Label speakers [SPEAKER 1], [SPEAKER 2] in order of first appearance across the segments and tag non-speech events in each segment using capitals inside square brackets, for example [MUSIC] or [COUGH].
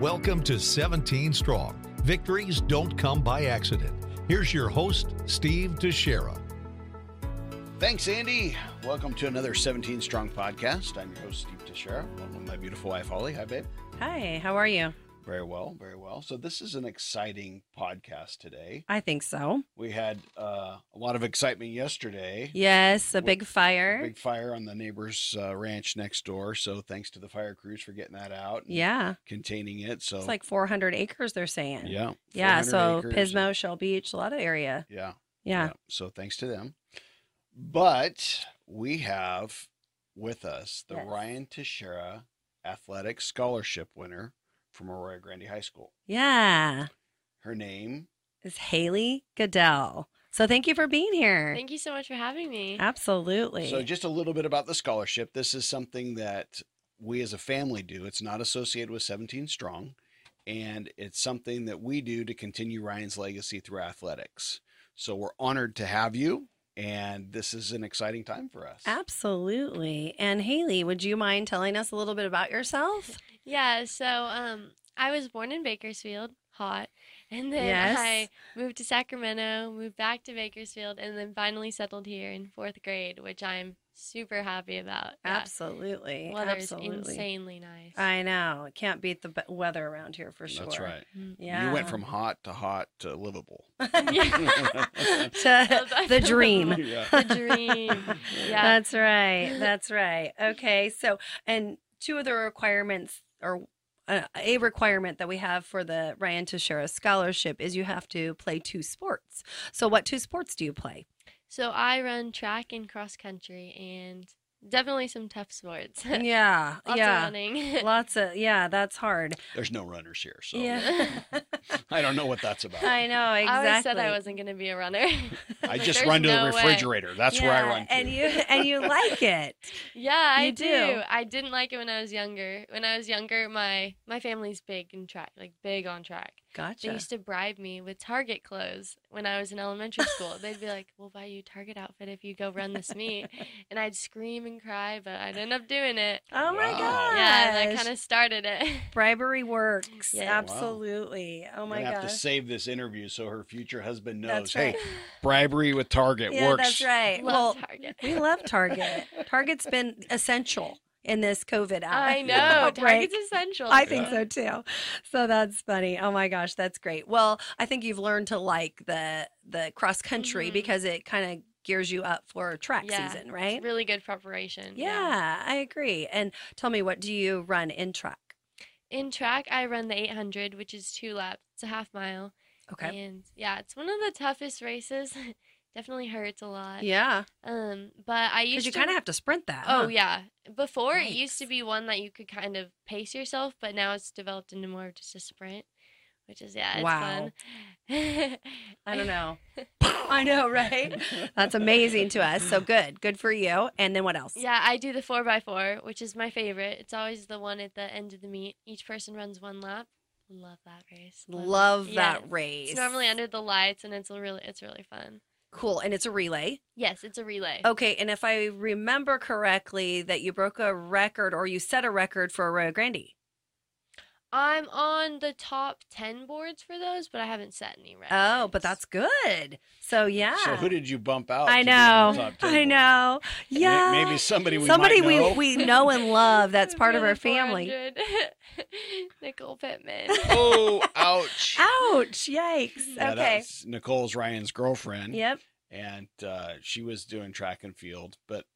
[SPEAKER 1] Welcome to 17 Strong. Victories don't come by accident. Here's your host, Steve DeShera.
[SPEAKER 2] Thanks, Andy. Welcome to another 17 Strong podcast. I'm your host, Steve Teixeira, along with my beautiful wife, Holly. Hi, babe.
[SPEAKER 3] Hi, how are you?
[SPEAKER 2] Very well, very well. So, this is an exciting podcast today.
[SPEAKER 3] I think so.
[SPEAKER 2] We had uh, a lot of excitement yesterday.
[SPEAKER 3] Yes, a
[SPEAKER 2] Wh-
[SPEAKER 3] big fire.
[SPEAKER 2] Big fire on the neighbor's uh, ranch next door. So, thanks to the fire crews for getting that out and
[SPEAKER 3] yeah,
[SPEAKER 2] containing it. So,
[SPEAKER 3] it's like 400 acres, they're saying.
[SPEAKER 2] yeah.
[SPEAKER 3] Yeah,
[SPEAKER 2] 400
[SPEAKER 3] so
[SPEAKER 2] acres.
[SPEAKER 3] Pismo, Shell Beach, a lot of area.
[SPEAKER 2] Yeah.
[SPEAKER 3] Yeah.
[SPEAKER 2] So thanks to them. But we have with us the
[SPEAKER 3] Yes.
[SPEAKER 2] Ryan Teixeira Athletic Scholarship winner from Arroyo Grande High School.
[SPEAKER 3] Yeah.
[SPEAKER 2] Her name,
[SPEAKER 3] It's Haley Goodell. So thank you for being here.
[SPEAKER 4] Thank you so much for having me.
[SPEAKER 3] Ah. Absolutely.
[SPEAKER 2] so just a little bit about the scholarship. This is something that we as a family do. It's not associated with 17 Strong, and it's something that we do to continue Ryan's legacy through athletics. So we're honored to have you, and this is an exciting time for us.
[SPEAKER 3] Absolutely. And Haley, would you mind telling us a little bit about yourself?
[SPEAKER 4] Yeah, so um I was born in Bakersfield, hot. [LAUGHS] And then
[SPEAKER 3] Yes.
[SPEAKER 4] I moved to Sacramento, moved back to Bakersfield, and then finally settled here in fourth grade, which I'm super happy about. [LAUGHS] Yeah.
[SPEAKER 3] Absolutely.
[SPEAKER 4] Weather's
[SPEAKER 3] Absolutely.
[SPEAKER 4] insanely nice.
[SPEAKER 3] I know. It can't beat the be- weather around here for sure.
[SPEAKER 2] That's right.
[SPEAKER 4] Mm.
[SPEAKER 3] Yeah.
[SPEAKER 2] You went
[SPEAKER 3] [LAUGHS]
[SPEAKER 2] from [LAUGHS] hot to hot to livable.
[SPEAKER 4] [LAUGHS] Yeah.
[SPEAKER 3] to
[SPEAKER 2] [LAUGHS]
[SPEAKER 3] the dream.
[SPEAKER 2] yeah.
[SPEAKER 3] [LAUGHS]
[SPEAKER 4] the dream. Yeah.
[SPEAKER 3] That's right. That's right. Okay. So, and two of the requirements or uh, a requirement that we have for the Ryan Teixeira scholarship is you have to play two sports. So, what two sports do you play?
[SPEAKER 4] So I run track and cross country and definitely some tough sports. [LAUGHS]
[SPEAKER 3] Yeah.
[SPEAKER 4] [LAUGHS] Lots of
[SPEAKER 3] yeah.
[SPEAKER 4] running. [LAUGHS]
[SPEAKER 3] Lots of, yeah, that's hard.
[SPEAKER 2] There's no runners here, so
[SPEAKER 4] [LAUGHS]
[SPEAKER 3] Yeah.
[SPEAKER 2] [LAUGHS] I don't know what that's about.
[SPEAKER 3] I
[SPEAKER 2] I,
[SPEAKER 3] know. Exactly.
[SPEAKER 4] I always said I wasn't going to be a runner. [LAUGHS]
[SPEAKER 2] just
[SPEAKER 4] There's
[SPEAKER 2] run to
[SPEAKER 4] no
[SPEAKER 2] the
[SPEAKER 4] way.
[SPEAKER 2] refrigerator. That's where I
[SPEAKER 3] Yeah,
[SPEAKER 2] run to.
[SPEAKER 3] And you, oh and you like
[SPEAKER 4] [LAUGHS]
[SPEAKER 3] it.
[SPEAKER 4] Yeah, I
[SPEAKER 3] You
[SPEAKER 4] do.
[SPEAKER 3] do.
[SPEAKER 4] I didn't like it when I was younger. When I was younger, my my family's big in track, like big on track. They
[SPEAKER 3] Gotcha.
[SPEAKER 4] used to bribe me with Target clothes when I was in elementary school. They'd be like, "We'll buy you a Target outfit if you go run
[SPEAKER 3] [LAUGHS]
[SPEAKER 4] this meet," and I'd scream and cry, but I'd end up doing it.
[SPEAKER 3] Oh my
[SPEAKER 2] Wow.
[SPEAKER 3] gosh.
[SPEAKER 4] Yeah, that kind of started it. [LAUGHS]
[SPEAKER 3] bribery works.
[SPEAKER 4] Yeah.
[SPEAKER 2] Wow.
[SPEAKER 3] Absolutely. Oh my
[SPEAKER 2] I have to
[SPEAKER 3] gosh.
[SPEAKER 2] save this interview so her future husband knows.
[SPEAKER 3] That's
[SPEAKER 2] Hey,
[SPEAKER 3] right.
[SPEAKER 2] bribery with Target
[SPEAKER 3] yeah,
[SPEAKER 2] works.
[SPEAKER 3] that's right. well,
[SPEAKER 4] Love
[SPEAKER 3] [LAUGHS]
[SPEAKER 4] Target.
[SPEAKER 3] We love
[SPEAKER 4] [LAUGHS]
[SPEAKER 3] Target. Target's been essential in this COVID out-
[SPEAKER 4] I know
[SPEAKER 3] outbreak.
[SPEAKER 4] Target's essential.
[SPEAKER 3] I think so too. So that's funny. Oh my gosh, that's great. Well, I think you've learned to like the the cross country
[SPEAKER 4] Mhm.
[SPEAKER 3] because it kind of gears you up for track
[SPEAKER 4] Yeah,
[SPEAKER 3] season,
[SPEAKER 4] It's
[SPEAKER 3] right?
[SPEAKER 4] really good preparation.
[SPEAKER 3] yeah, I agree. And tell me, what do you run in track?
[SPEAKER 4] In track, I run the 800, which is two laps. It's a half mile.
[SPEAKER 3] Okay.
[SPEAKER 4] And yeah, it's one of the toughest races. [LAUGHS] Definitely hurts a lot.
[SPEAKER 3] Yeah,
[SPEAKER 4] Um, but I used
[SPEAKER 3] because you
[SPEAKER 4] to.
[SPEAKER 3] kind of have uh-huh. to sprint that.
[SPEAKER 4] Oh
[SPEAKER 3] huh?
[SPEAKER 4] yeah. Before it
[SPEAKER 3] Yikes.
[SPEAKER 4] used to be one that you could kind of pace yourself, but now it's developed into more of just a sprint, which is yeah, it's
[SPEAKER 3] Wow.
[SPEAKER 4] [LAUGHS] fun.
[SPEAKER 3] I don't know. [LAUGHS] I know, [LAUGHS] right? That's amazing to us. So good, good for you. And then what else?
[SPEAKER 4] Yeah, I do the four by four, which is my favorite. It's always the one at the end of the meet. Each person runs one lap. Love that race. it.
[SPEAKER 3] Love
[SPEAKER 4] Yeah,
[SPEAKER 3] that race.
[SPEAKER 4] It's normally under the lights, and it's a really it's really fun.
[SPEAKER 3] Cool. And it's a relay.
[SPEAKER 4] Yes, it's a relay.
[SPEAKER 3] Okay. And if I remember correctly, that you broke a record or you set a record for Arroyo Grande.
[SPEAKER 4] I'm on the top ten boards for those, but I haven't set any records.
[SPEAKER 3] Oh, but that's good. So, yeah.
[SPEAKER 2] So who did you bump out?
[SPEAKER 3] I
[SPEAKER 2] to be on the
[SPEAKER 3] know.
[SPEAKER 2] top ten
[SPEAKER 3] I
[SPEAKER 2] board?
[SPEAKER 3] know.
[SPEAKER 2] May-
[SPEAKER 3] Yeah.
[SPEAKER 2] Maybe somebody we
[SPEAKER 3] Somebody
[SPEAKER 2] might know.
[SPEAKER 3] we, we know and love
[SPEAKER 4] [LAUGHS]
[SPEAKER 3] that's part of
[SPEAKER 4] Really
[SPEAKER 3] our family.
[SPEAKER 4] 400. [LAUGHS] Nicole
[SPEAKER 2] [LAUGHS]
[SPEAKER 4] Pittman.
[SPEAKER 2] oh,
[SPEAKER 3] [LAUGHS]
[SPEAKER 2] ouch. [LAUGHS]
[SPEAKER 3] Ouch. Yikes.
[SPEAKER 2] Yeah,
[SPEAKER 3] okay.
[SPEAKER 2] that's Nicole's Ryan's girlfriend.
[SPEAKER 3] Yep.
[SPEAKER 2] and uh, she was doing track and field. But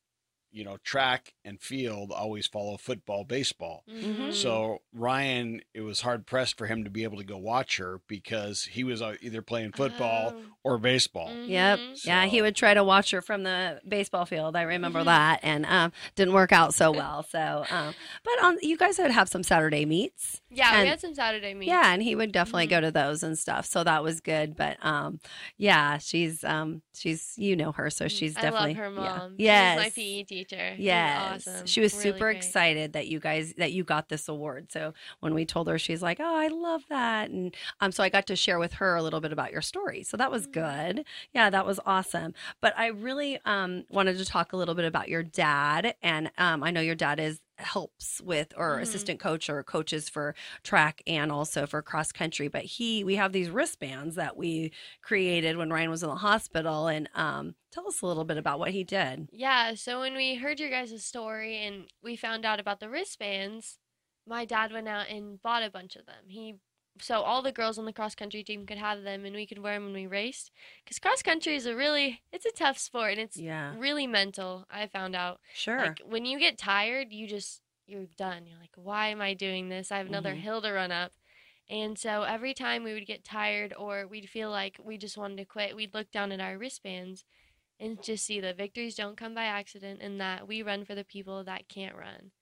[SPEAKER 2] you know, track and field always follow football, baseball.
[SPEAKER 4] Mm-hmm.
[SPEAKER 3] Mhm.
[SPEAKER 2] So Ryan, it was hard pressed for him to be able to go watch her because he was uh, either playing football
[SPEAKER 4] Oh.
[SPEAKER 2] or baseball.
[SPEAKER 3] Yep.
[SPEAKER 4] Mhm.
[SPEAKER 3] Yeah, he
[SPEAKER 2] So-
[SPEAKER 3] would try to watch her from the baseball field. I remember
[SPEAKER 2] Mm-hmm.
[SPEAKER 4] Mhm.
[SPEAKER 3] that, and um, didn't work out so well. So, um, but on you guys would have some Saturday meets,
[SPEAKER 4] Yeah,
[SPEAKER 3] And-
[SPEAKER 4] we had some Saturday meets.
[SPEAKER 3] yeah, and he would definitely
[SPEAKER 4] Mhm.
[SPEAKER 3] go to those and stuff. So that was good. But um, yeah, she's um, she's you know her, so she's
[SPEAKER 4] Mm-hmm. Mm, I
[SPEAKER 3] definitely
[SPEAKER 4] love her
[SPEAKER 3] yeah.
[SPEAKER 4] mom.
[SPEAKER 3] Yes,
[SPEAKER 4] She was my PE teacher. She was
[SPEAKER 3] Yes.
[SPEAKER 4] awesome.
[SPEAKER 3] She was
[SPEAKER 4] Really
[SPEAKER 3] super
[SPEAKER 4] great.
[SPEAKER 3] excited that you guys that you got this award. So when we told her, she's like, "Oh, I love that." And um so I got to share with her a little bit about your story. So that was
[SPEAKER 4] Mm.
[SPEAKER 3] good. Yeah, that was awesome. But I really um wanted to talk a little bit about your dad and um I know your dad is helps with or
[SPEAKER 4] Mhm.
[SPEAKER 3] assistant coach or coaches for track and also for cross country but he we have these wristbands that we created when ryan was in the hospital and um, tell us a little bit about what he did
[SPEAKER 4] Yeah, so when we heard your guys' story and we found out about the wristbands, my dad went out and bought a bunch of them. He so all the girls on the cross country team could have them and we could wear them when we raced cuz cross country is a really it's a tough sport and it's
[SPEAKER 3] yeah
[SPEAKER 4] really mental. I found out
[SPEAKER 3] sure
[SPEAKER 4] like when you get tired, you just you're done. You're like, "Why am I doing this? I have another
[SPEAKER 3] Mhm.
[SPEAKER 4] hill to run up." And so every time we would get tired or we'd feel like we just wanted to quit, we'd look down at our wristbands and just see that victories don't come by accident and that we run for the people that can't run.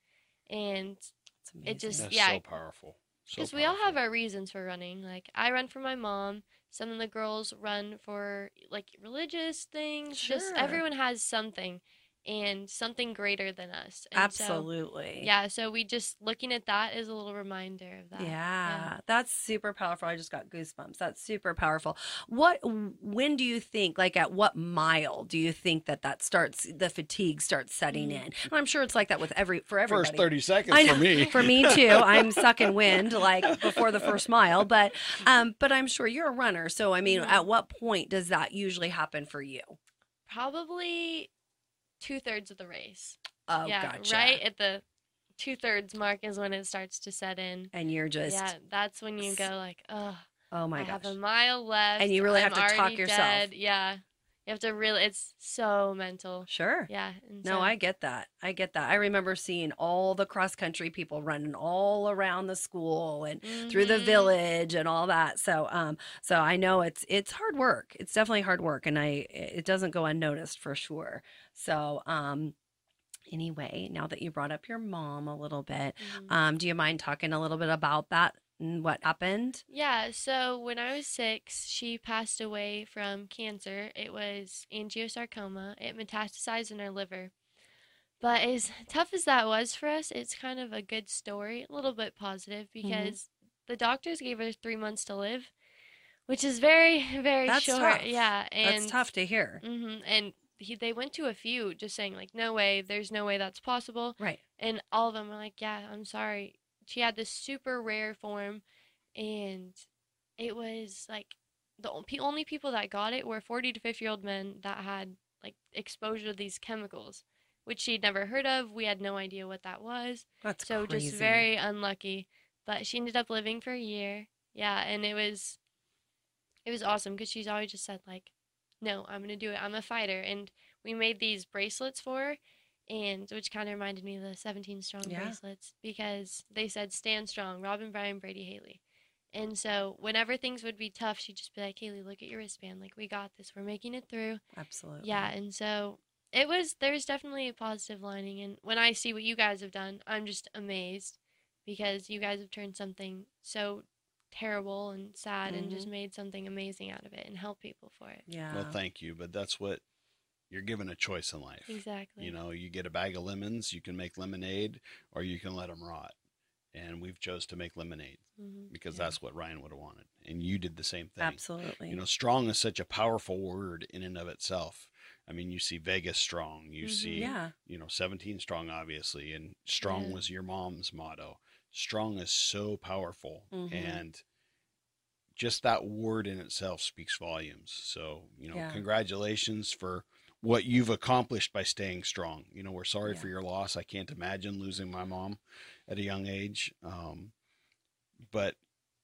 [SPEAKER 4] And
[SPEAKER 3] It's amazing.
[SPEAKER 4] just-
[SPEAKER 2] That's
[SPEAKER 4] yeah.
[SPEAKER 2] so powerful. So
[SPEAKER 4] because we all have
[SPEAKER 2] powerful.
[SPEAKER 4] our reasons for running. Like I run for my mom. Some of the girls run for like religious things. Just
[SPEAKER 3] Sure.
[SPEAKER 4] everyone has something, and something greater than us. And so-
[SPEAKER 3] absolutely
[SPEAKER 4] yeah. So we just looking at that is a little reminder of that.
[SPEAKER 3] Yeah, that's super powerful. I just got goosebumps. That's super powerful. What? When do you think? Like, at what mile do you think that that starts? The fatigue starts setting
[SPEAKER 4] Mm.
[SPEAKER 3] in. And I'm sure it's like that with every for everybody.
[SPEAKER 2] First 30 seconds
[SPEAKER 3] I know.
[SPEAKER 2] for me.
[SPEAKER 3] [LAUGHS] For me
[SPEAKER 2] [LAUGHS]
[SPEAKER 3] too. I'm sucking wind like before the first mile, but um, but I'm sure you're a runner. So I mean,
[SPEAKER 4] Mhm.
[SPEAKER 3] at what point does that usually happen for you?
[SPEAKER 4] Probably two thirds of the race.
[SPEAKER 3] Oh,
[SPEAKER 4] yeah.
[SPEAKER 3] gotcha.
[SPEAKER 4] Right at the two thirds mark is when it starts to set in.
[SPEAKER 3] And you're just
[SPEAKER 4] yeah. That's when you
[SPEAKER 3] s-
[SPEAKER 4] go like, oh.
[SPEAKER 3] oh my
[SPEAKER 4] I
[SPEAKER 3] gosh.
[SPEAKER 4] have a mile left,
[SPEAKER 3] And you really
[SPEAKER 4] I'm
[SPEAKER 3] have to talk
[SPEAKER 4] already
[SPEAKER 3] yourself.
[SPEAKER 4] dead. Yeah, you have to really. It's so mental.
[SPEAKER 3] sure.
[SPEAKER 4] Yeah. and
[SPEAKER 3] No,
[SPEAKER 4] so-
[SPEAKER 3] I get that. I get that. I remember seeing all the cross country people running all around the school and through the
[SPEAKER 4] Mhm.
[SPEAKER 3] village and all that. So, um, so I know it's it's hard work. It's definitely hard work, and I it doesn't go unnoticed for sure. So, um, anyway, now that you brought up your mom a little bit,
[SPEAKER 4] Mhm.
[SPEAKER 3] um, do you mind talking a little bit about that and what happened?
[SPEAKER 4] Yeah. So when I was six, she passed away from cancer. It was angiosarcoma. It metastasized in her liver. But as [LAUGHS] tough as that was for us, it's kind of a good story, a little bit positive
[SPEAKER 3] Mm-hmm.
[SPEAKER 4] because the doctors gave her three months to live, which is very, [LAUGHS] very
[SPEAKER 3] That's
[SPEAKER 4] short.
[SPEAKER 3] tough.
[SPEAKER 4] Yeah, and
[SPEAKER 3] That's tough to hear.
[SPEAKER 4] hmm And he, they went to a few, just saying like, "No way, there's no way that's possible."
[SPEAKER 3] Right.
[SPEAKER 4] And all of them were like, "Yeah, I'm sorry." She had this super rare form, and it was like the on- pe- only people that got it were 40 to 50 year old men that had like exposure to these chemicals, which she'd never heard of. We had no idea what that was,
[SPEAKER 3] That's
[SPEAKER 4] so
[SPEAKER 3] crazy.
[SPEAKER 4] just very unlucky. But she ended up living for a year. Yeah, and it was it was awesome because she's always just said like no i'm gonna do it i'm a fighter and we made these bracelets for her and which kind of reminded me of the 17 strong
[SPEAKER 3] Yeah.
[SPEAKER 4] bracelets because they said stand strong robin bryan brady haley and so whenever things would be tough she'd just be like haley look at your wristband like we got this we're making it through
[SPEAKER 3] absolutely.
[SPEAKER 4] yeah and so it was there's definitely a positive lining and when i see what you guys have done i'm just amazed because you guys have turned something so terrible and sad and
[SPEAKER 2] Mm-hmm.
[SPEAKER 4] just made something amazing out of it and help people for it
[SPEAKER 3] Yeah.
[SPEAKER 2] Well, thank you, but that's what you're given a choice in life.
[SPEAKER 4] exactly
[SPEAKER 2] You know, you get a bag of lemons, you can make lemonade, or you can let them rot. And we've chose to make lemonade
[SPEAKER 4] Mhm.
[SPEAKER 2] because
[SPEAKER 3] Yeah.
[SPEAKER 2] that's what Ryan would have wanted, and you did the same thing.
[SPEAKER 3] Absolutely.
[SPEAKER 2] You know, strong is such a powerful word in and of itself. I mean, you see Vegas strong, you
[SPEAKER 4] Mhm.
[SPEAKER 2] see,
[SPEAKER 3] Mm-hmm. yeah.
[SPEAKER 2] you know, 17 strong, obviously, and strong
[SPEAKER 4] Yeah.
[SPEAKER 2] was your mom's motto. Strong is so powerful,
[SPEAKER 3] Mhm.
[SPEAKER 2] and just that word in itself speaks volumes. So, you know,
[SPEAKER 3] Yeah.
[SPEAKER 2] congratulations for what you've accomplished by staying strong. You know, we're sorry
[SPEAKER 3] Yeah.
[SPEAKER 2] for your loss. I can't imagine losing my mom at a young age. Um, but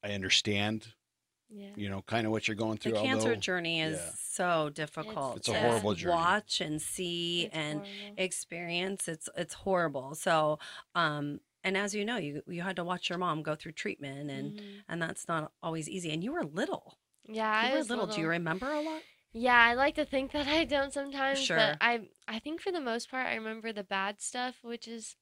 [SPEAKER 2] I understand,
[SPEAKER 4] yeah
[SPEAKER 2] you know, kind of what you're going through.
[SPEAKER 3] the cancer
[SPEAKER 2] although,
[SPEAKER 3] journey is
[SPEAKER 2] yeah.
[SPEAKER 3] so difficult
[SPEAKER 2] It's a
[SPEAKER 3] to
[SPEAKER 2] horrible journey.
[SPEAKER 3] watch and see
[SPEAKER 4] It's
[SPEAKER 3] and
[SPEAKER 4] horrible.
[SPEAKER 3] experience it's it's horrible so um and as you know you you had to watch your mom go through treatment and
[SPEAKER 4] Mhm.
[SPEAKER 3] and that's not always easy and you were little
[SPEAKER 4] yeah
[SPEAKER 3] you
[SPEAKER 4] i
[SPEAKER 3] were
[SPEAKER 4] was
[SPEAKER 3] little. do you remember a lot
[SPEAKER 4] yeah i like to think [LAUGHS] that i don't sometimes
[SPEAKER 3] Sure.
[SPEAKER 4] but i i think for the most part i remember the bad stuff which is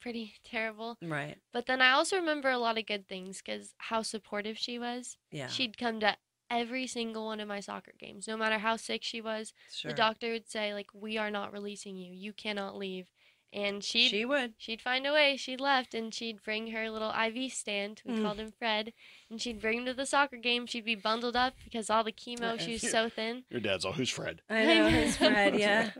[SPEAKER 4] pretty [LAUGHS] terrible
[SPEAKER 3] right
[SPEAKER 4] but then i also remember a lot of good things because how supportive she was
[SPEAKER 3] yeah
[SPEAKER 4] She'd come to every single one of my soccer games, no matter how sick she was.
[SPEAKER 3] sure
[SPEAKER 4] The doctor would say, like, we are not releasing you. You cannot leave. and she'd
[SPEAKER 3] She would.
[SPEAKER 4] She'd find a way. She left and she'd bring her little IV stand. We
[SPEAKER 3] Mm.
[SPEAKER 4] called him Fred. And she'd bring him to the soccer game. She'd be bundled up because all the chemo, she was
[SPEAKER 2] Yeah.
[SPEAKER 4] so thin.
[SPEAKER 2] Your dad's all, who's Fred?
[SPEAKER 3] I know his Fred,
[SPEAKER 4] [LAUGHS]
[SPEAKER 3] yeah.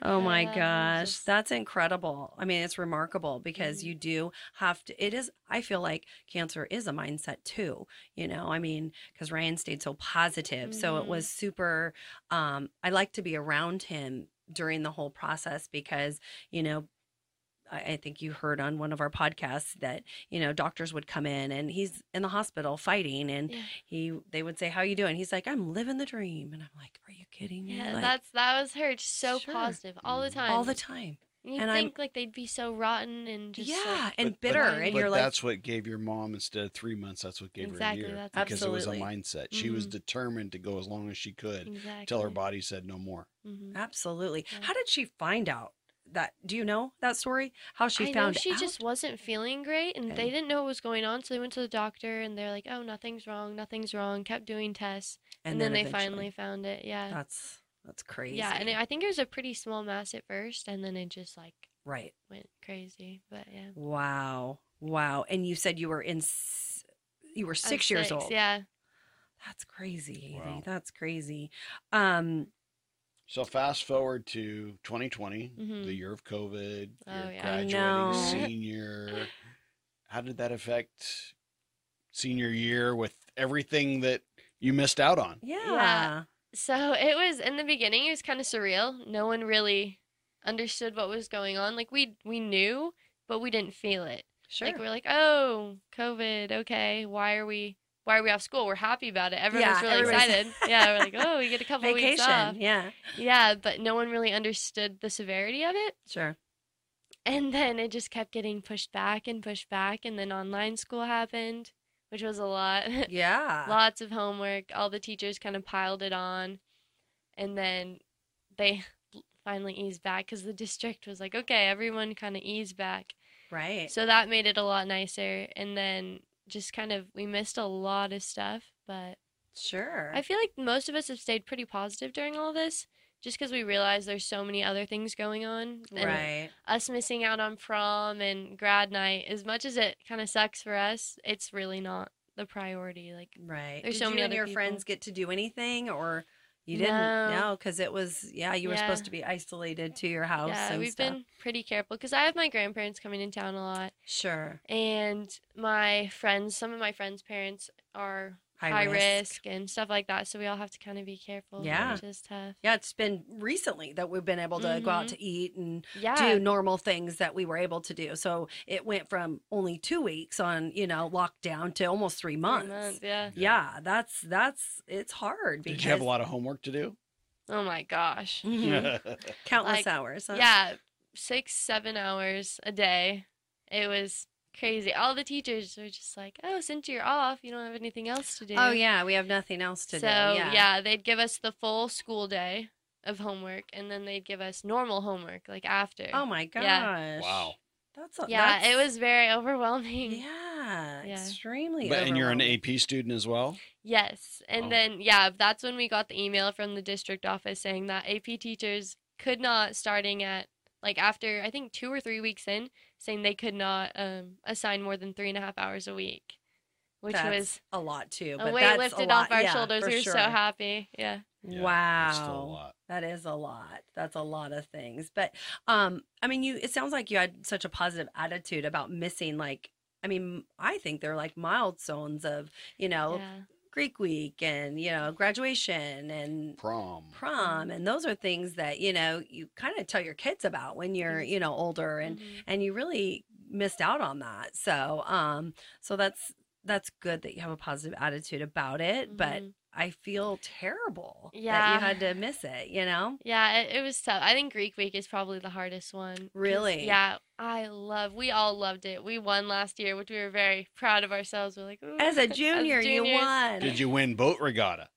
[SPEAKER 3] Oh my
[SPEAKER 4] Uh,
[SPEAKER 3] gosh,
[SPEAKER 4] just-
[SPEAKER 3] that's incredible. I mean, it's remarkable because
[SPEAKER 4] Mhm.
[SPEAKER 3] you do have to. It is, I feel like cancer is a mindset too. You know, I mean, because Ryan stayed so positive. So it
[SPEAKER 4] Mhm.
[SPEAKER 3] was super. Um, I like to be around him during the whole process because, you know, I I think you heard on one of our podcasts that you know doctors would come in and he's in the hospital fighting and
[SPEAKER 4] Yeah.
[SPEAKER 3] he they would say how you doing he's like I'm living the dream and I'm like are you kidding me
[SPEAKER 4] Yeah,
[SPEAKER 3] Like,
[SPEAKER 4] that's that was her. Just so
[SPEAKER 3] Sure.
[SPEAKER 4] positive all the time.
[SPEAKER 3] all the time
[SPEAKER 4] And you'd
[SPEAKER 3] and I'm-
[SPEAKER 4] think like they'd be so rotten and just
[SPEAKER 3] yeah,
[SPEAKER 4] like,
[SPEAKER 3] and
[SPEAKER 2] But- but-
[SPEAKER 3] bitter,
[SPEAKER 4] but
[SPEAKER 3] and
[SPEAKER 2] but
[SPEAKER 3] you're like,
[SPEAKER 2] that's what gave your mom instead of three months. That's what gave
[SPEAKER 4] Exactly,
[SPEAKER 2] her a year
[SPEAKER 4] that's-
[SPEAKER 2] because it was a
[SPEAKER 3] Absolutely.
[SPEAKER 2] mindset. She was
[SPEAKER 3] Mhm.
[SPEAKER 2] determined to go as long as she could
[SPEAKER 4] exactly.
[SPEAKER 2] till her body said no more.
[SPEAKER 4] Mhm.
[SPEAKER 3] absolutely.
[SPEAKER 4] Yeah.
[SPEAKER 3] How did she find out that? Do you know that story? How she
[SPEAKER 4] I
[SPEAKER 3] found
[SPEAKER 4] know she
[SPEAKER 3] out?
[SPEAKER 4] just wasn't feeling great, and they
[SPEAKER 3] Okay.
[SPEAKER 4] didn't know what was going on, so they went to the doctor, and they're like, "Oh, nothing's wrong, nothing's wrong." Kept doing tests, and, then, they
[SPEAKER 3] eventually-
[SPEAKER 4] finally found it. Yeah,
[SPEAKER 3] That's that's crazy.
[SPEAKER 4] Yeah, and it, I think it was a pretty small mass at first, and then it just like
[SPEAKER 3] right.
[SPEAKER 4] went crazy. But yeah,
[SPEAKER 3] Wow, wow. And you said you were in, s- you were
[SPEAKER 4] I
[SPEAKER 3] six,
[SPEAKER 4] was
[SPEAKER 3] years old.
[SPEAKER 4] Yeah,
[SPEAKER 3] that's crazy. Haley.
[SPEAKER 2] Wow.
[SPEAKER 3] That's crazy. Um,
[SPEAKER 2] So fast forward to 2020,
[SPEAKER 4] Mhm.
[SPEAKER 2] the year of COVID,
[SPEAKER 4] Oh,
[SPEAKER 2] you're
[SPEAKER 3] Mm-hmm.
[SPEAKER 4] yeah.
[SPEAKER 3] I
[SPEAKER 2] graduating
[SPEAKER 3] know.
[SPEAKER 2] senior. How did that affect senior year with everything that you missed out on?
[SPEAKER 3] yeah.
[SPEAKER 4] so it was in the beginning. It was kind of surreal. No one really understood what was going on. Like we we knew, but we didn't feel it.
[SPEAKER 3] sure.
[SPEAKER 4] Like we're like, oh, COVID. Okay, why are we? Why are we off school? We're happy about it.
[SPEAKER 3] Yeah,
[SPEAKER 4] Everyone's really
[SPEAKER 3] everybody's- [LAUGHS]
[SPEAKER 4] excited. yeah, we're like, oh, we get a couple weeks off.
[SPEAKER 3] Vacation. Yeah,
[SPEAKER 4] Yeah, but no one really understood the severity of it. [LAUGHS]
[SPEAKER 3] sure.
[SPEAKER 4] And then it just kept getting pushed back and pushed back. And then online school happened, which was a lot. [LAUGHS]
[SPEAKER 3] Yeah.
[SPEAKER 4] Lots of homework. All the teachers kind of piled it on. And then they [LAUGHS] finally eased back because the district was like, okay, everyone kind of eased back.
[SPEAKER 3] Right.
[SPEAKER 4] So that made it a lot nicer. And then just kind of, we missed a lot of stuff. But
[SPEAKER 3] sure.
[SPEAKER 4] I feel like most of us have stayed pretty positive during all this just because we realize there's so many other things going on. And
[SPEAKER 3] right.
[SPEAKER 4] us missing out on prom and grad night, as much as it kind of sucks for us, it's really not the priority. Like,
[SPEAKER 3] Right.
[SPEAKER 4] There's
[SPEAKER 3] Did
[SPEAKER 4] so
[SPEAKER 3] you
[SPEAKER 4] many
[SPEAKER 3] and
[SPEAKER 4] other
[SPEAKER 3] your
[SPEAKER 4] people.
[SPEAKER 3] friends get to do anything or you didn't?
[SPEAKER 4] No.
[SPEAKER 3] No, because it was yeah, you were
[SPEAKER 4] Yeah.
[SPEAKER 3] supposed to be isolated to your house
[SPEAKER 4] yeah,
[SPEAKER 3] and
[SPEAKER 4] we've
[SPEAKER 3] stuff.
[SPEAKER 4] been pretty careful because I have my grandparents coming in town a lot,
[SPEAKER 3] sure.
[SPEAKER 4] and my friends, some of my friends' parents are high, risk. and stuff like that, so we all have to kind of be careful.
[SPEAKER 3] Yeah.
[SPEAKER 4] which is tough.
[SPEAKER 3] Yeah, it's been recently that we've been able to go out
[SPEAKER 4] Mhm.
[SPEAKER 3] to eat and
[SPEAKER 4] Yeah,
[SPEAKER 3] do normal things that we were able to do. So it went from only two weeks on, you know, lockdown to almost three
[SPEAKER 4] three
[SPEAKER 3] months.
[SPEAKER 4] months, Yeah.
[SPEAKER 3] Yeah, that's that's it's hard because
[SPEAKER 2] Did you have a lot of homework to do?
[SPEAKER 4] Oh my
[SPEAKER 3] [LAUGHS]
[SPEAKER 4] gosh.
[SPEAKER 3] Mhm. countless
[SPEAKER 4] Like,
[SPEAKER 3] hours. huh?
[SPEAKER 4] Yeah, six, seven hours a day. It was crazy. All the teachers were just like, "Oh, since you're off, you don't have anything else to do."
[SPEAKER 3] Oh yeah, we have nothing else to
[SPEAKER 4] so
[SPEAKER 3] do. Yeah.
[SPEAKER 4] they'd give us the full school day of homework, and then they'd give us normal homework like after.
[SPEAKER 3] Oh my gosh.
[SPEAKER 4] Yeah.
[SPEAKER 2] [LAUGHS] Wow.
[SPEAKER 3] That's a,
[SPEAKER 4] yeah, it
[SPEAKER 3] that's-
[SPEAKER 4] was very [LAUGHS] overwhelming.
[SPEAKER 3] Yeah,
[SPEAKER 4] Yeah.
[SPEAKER 3] extremely.
[SPEAKER 2] But, and you're an
[SPEAKER 3] overwhelming.
[SPEAKER 2] AP student as well?
[SPEAKER 4] Yes, and
[SPEAKER 2] Oh.
[SPEAKER 4] then yeah, that's when we got the email from the district office saying that AP teachers could not starting at like after I think two or three weeks in, saying they could not um, assign more than three and a half hours a week, which
[SPEAKER 3] That's
[SPEAKER 4] was
[SPEAKER 3] a lot too.
[SPEAKER 4] a
[SPEAKER 3] But
[SPEAKER 4] weight
[SPEAKER 3] that's a
[SPEAKER 4] lifted
[SPEAKER 3] lot.
[SPEAKER 4] off our
[SPEAKER 3] yeah,
[SPEAKER 4] shoulders.
[SPEAKER 3] for
[SPEAKER 4] We were
[SPEAKER 3] sure.
[SPEAKER 4] so happy. Yeah.
[SPEAKER 2] Yeah,
[SPEAKER 3] wow,
[SPEAKER 2] That's still a lot.
[SPEAKER 3] that is a lot. That's a lot of things. But um, I mean, you. It sounds like you had such a positive attitude about missing. Like, I mean, I think they're like milestones of you know
[SPEAKER 4] Yeah.
[SPEAKER 3] Greek week and you know graduation and
[SPEAKER 2] Prom.
[SPEAKER 4] Mm-hmm.
[SPEAKER 3] prom, and those are things that you know you kind of tell your kids about when you're you know older and
[SPEAKER 4] Mhm.
[SPEAKER 3] and you really missed out on that so um so that's that's good that you have a positive attitude about it but
[SPEAKER 4] Mhm.
[SPEAKER 3] i feel terrible that
[SPEAKER 4] Yeah.
[SPEAKER 3] you had to miss it you
[SPEAKER 4] [LAUGHS]
[SPEAKER 3] know
[SPEAKER 4] yeah, it, it was tough. I think Greek week is probably the hardest one. 'cause,
[SPEAKER 3] Really?
[SPEAKER 4] Yeah, I love. We all loved it. We won last year, which we were very proud of ourselves. We're like, "Ooh."
[SPEAKER 3] as a junior you
[SPEAKER 4] juniors.
[SPEAKER 3] won
[SPEAKER 2] Did you win boat
[SPEAKER 3] [LAUGHS]
[SPEAKER 2] regatta?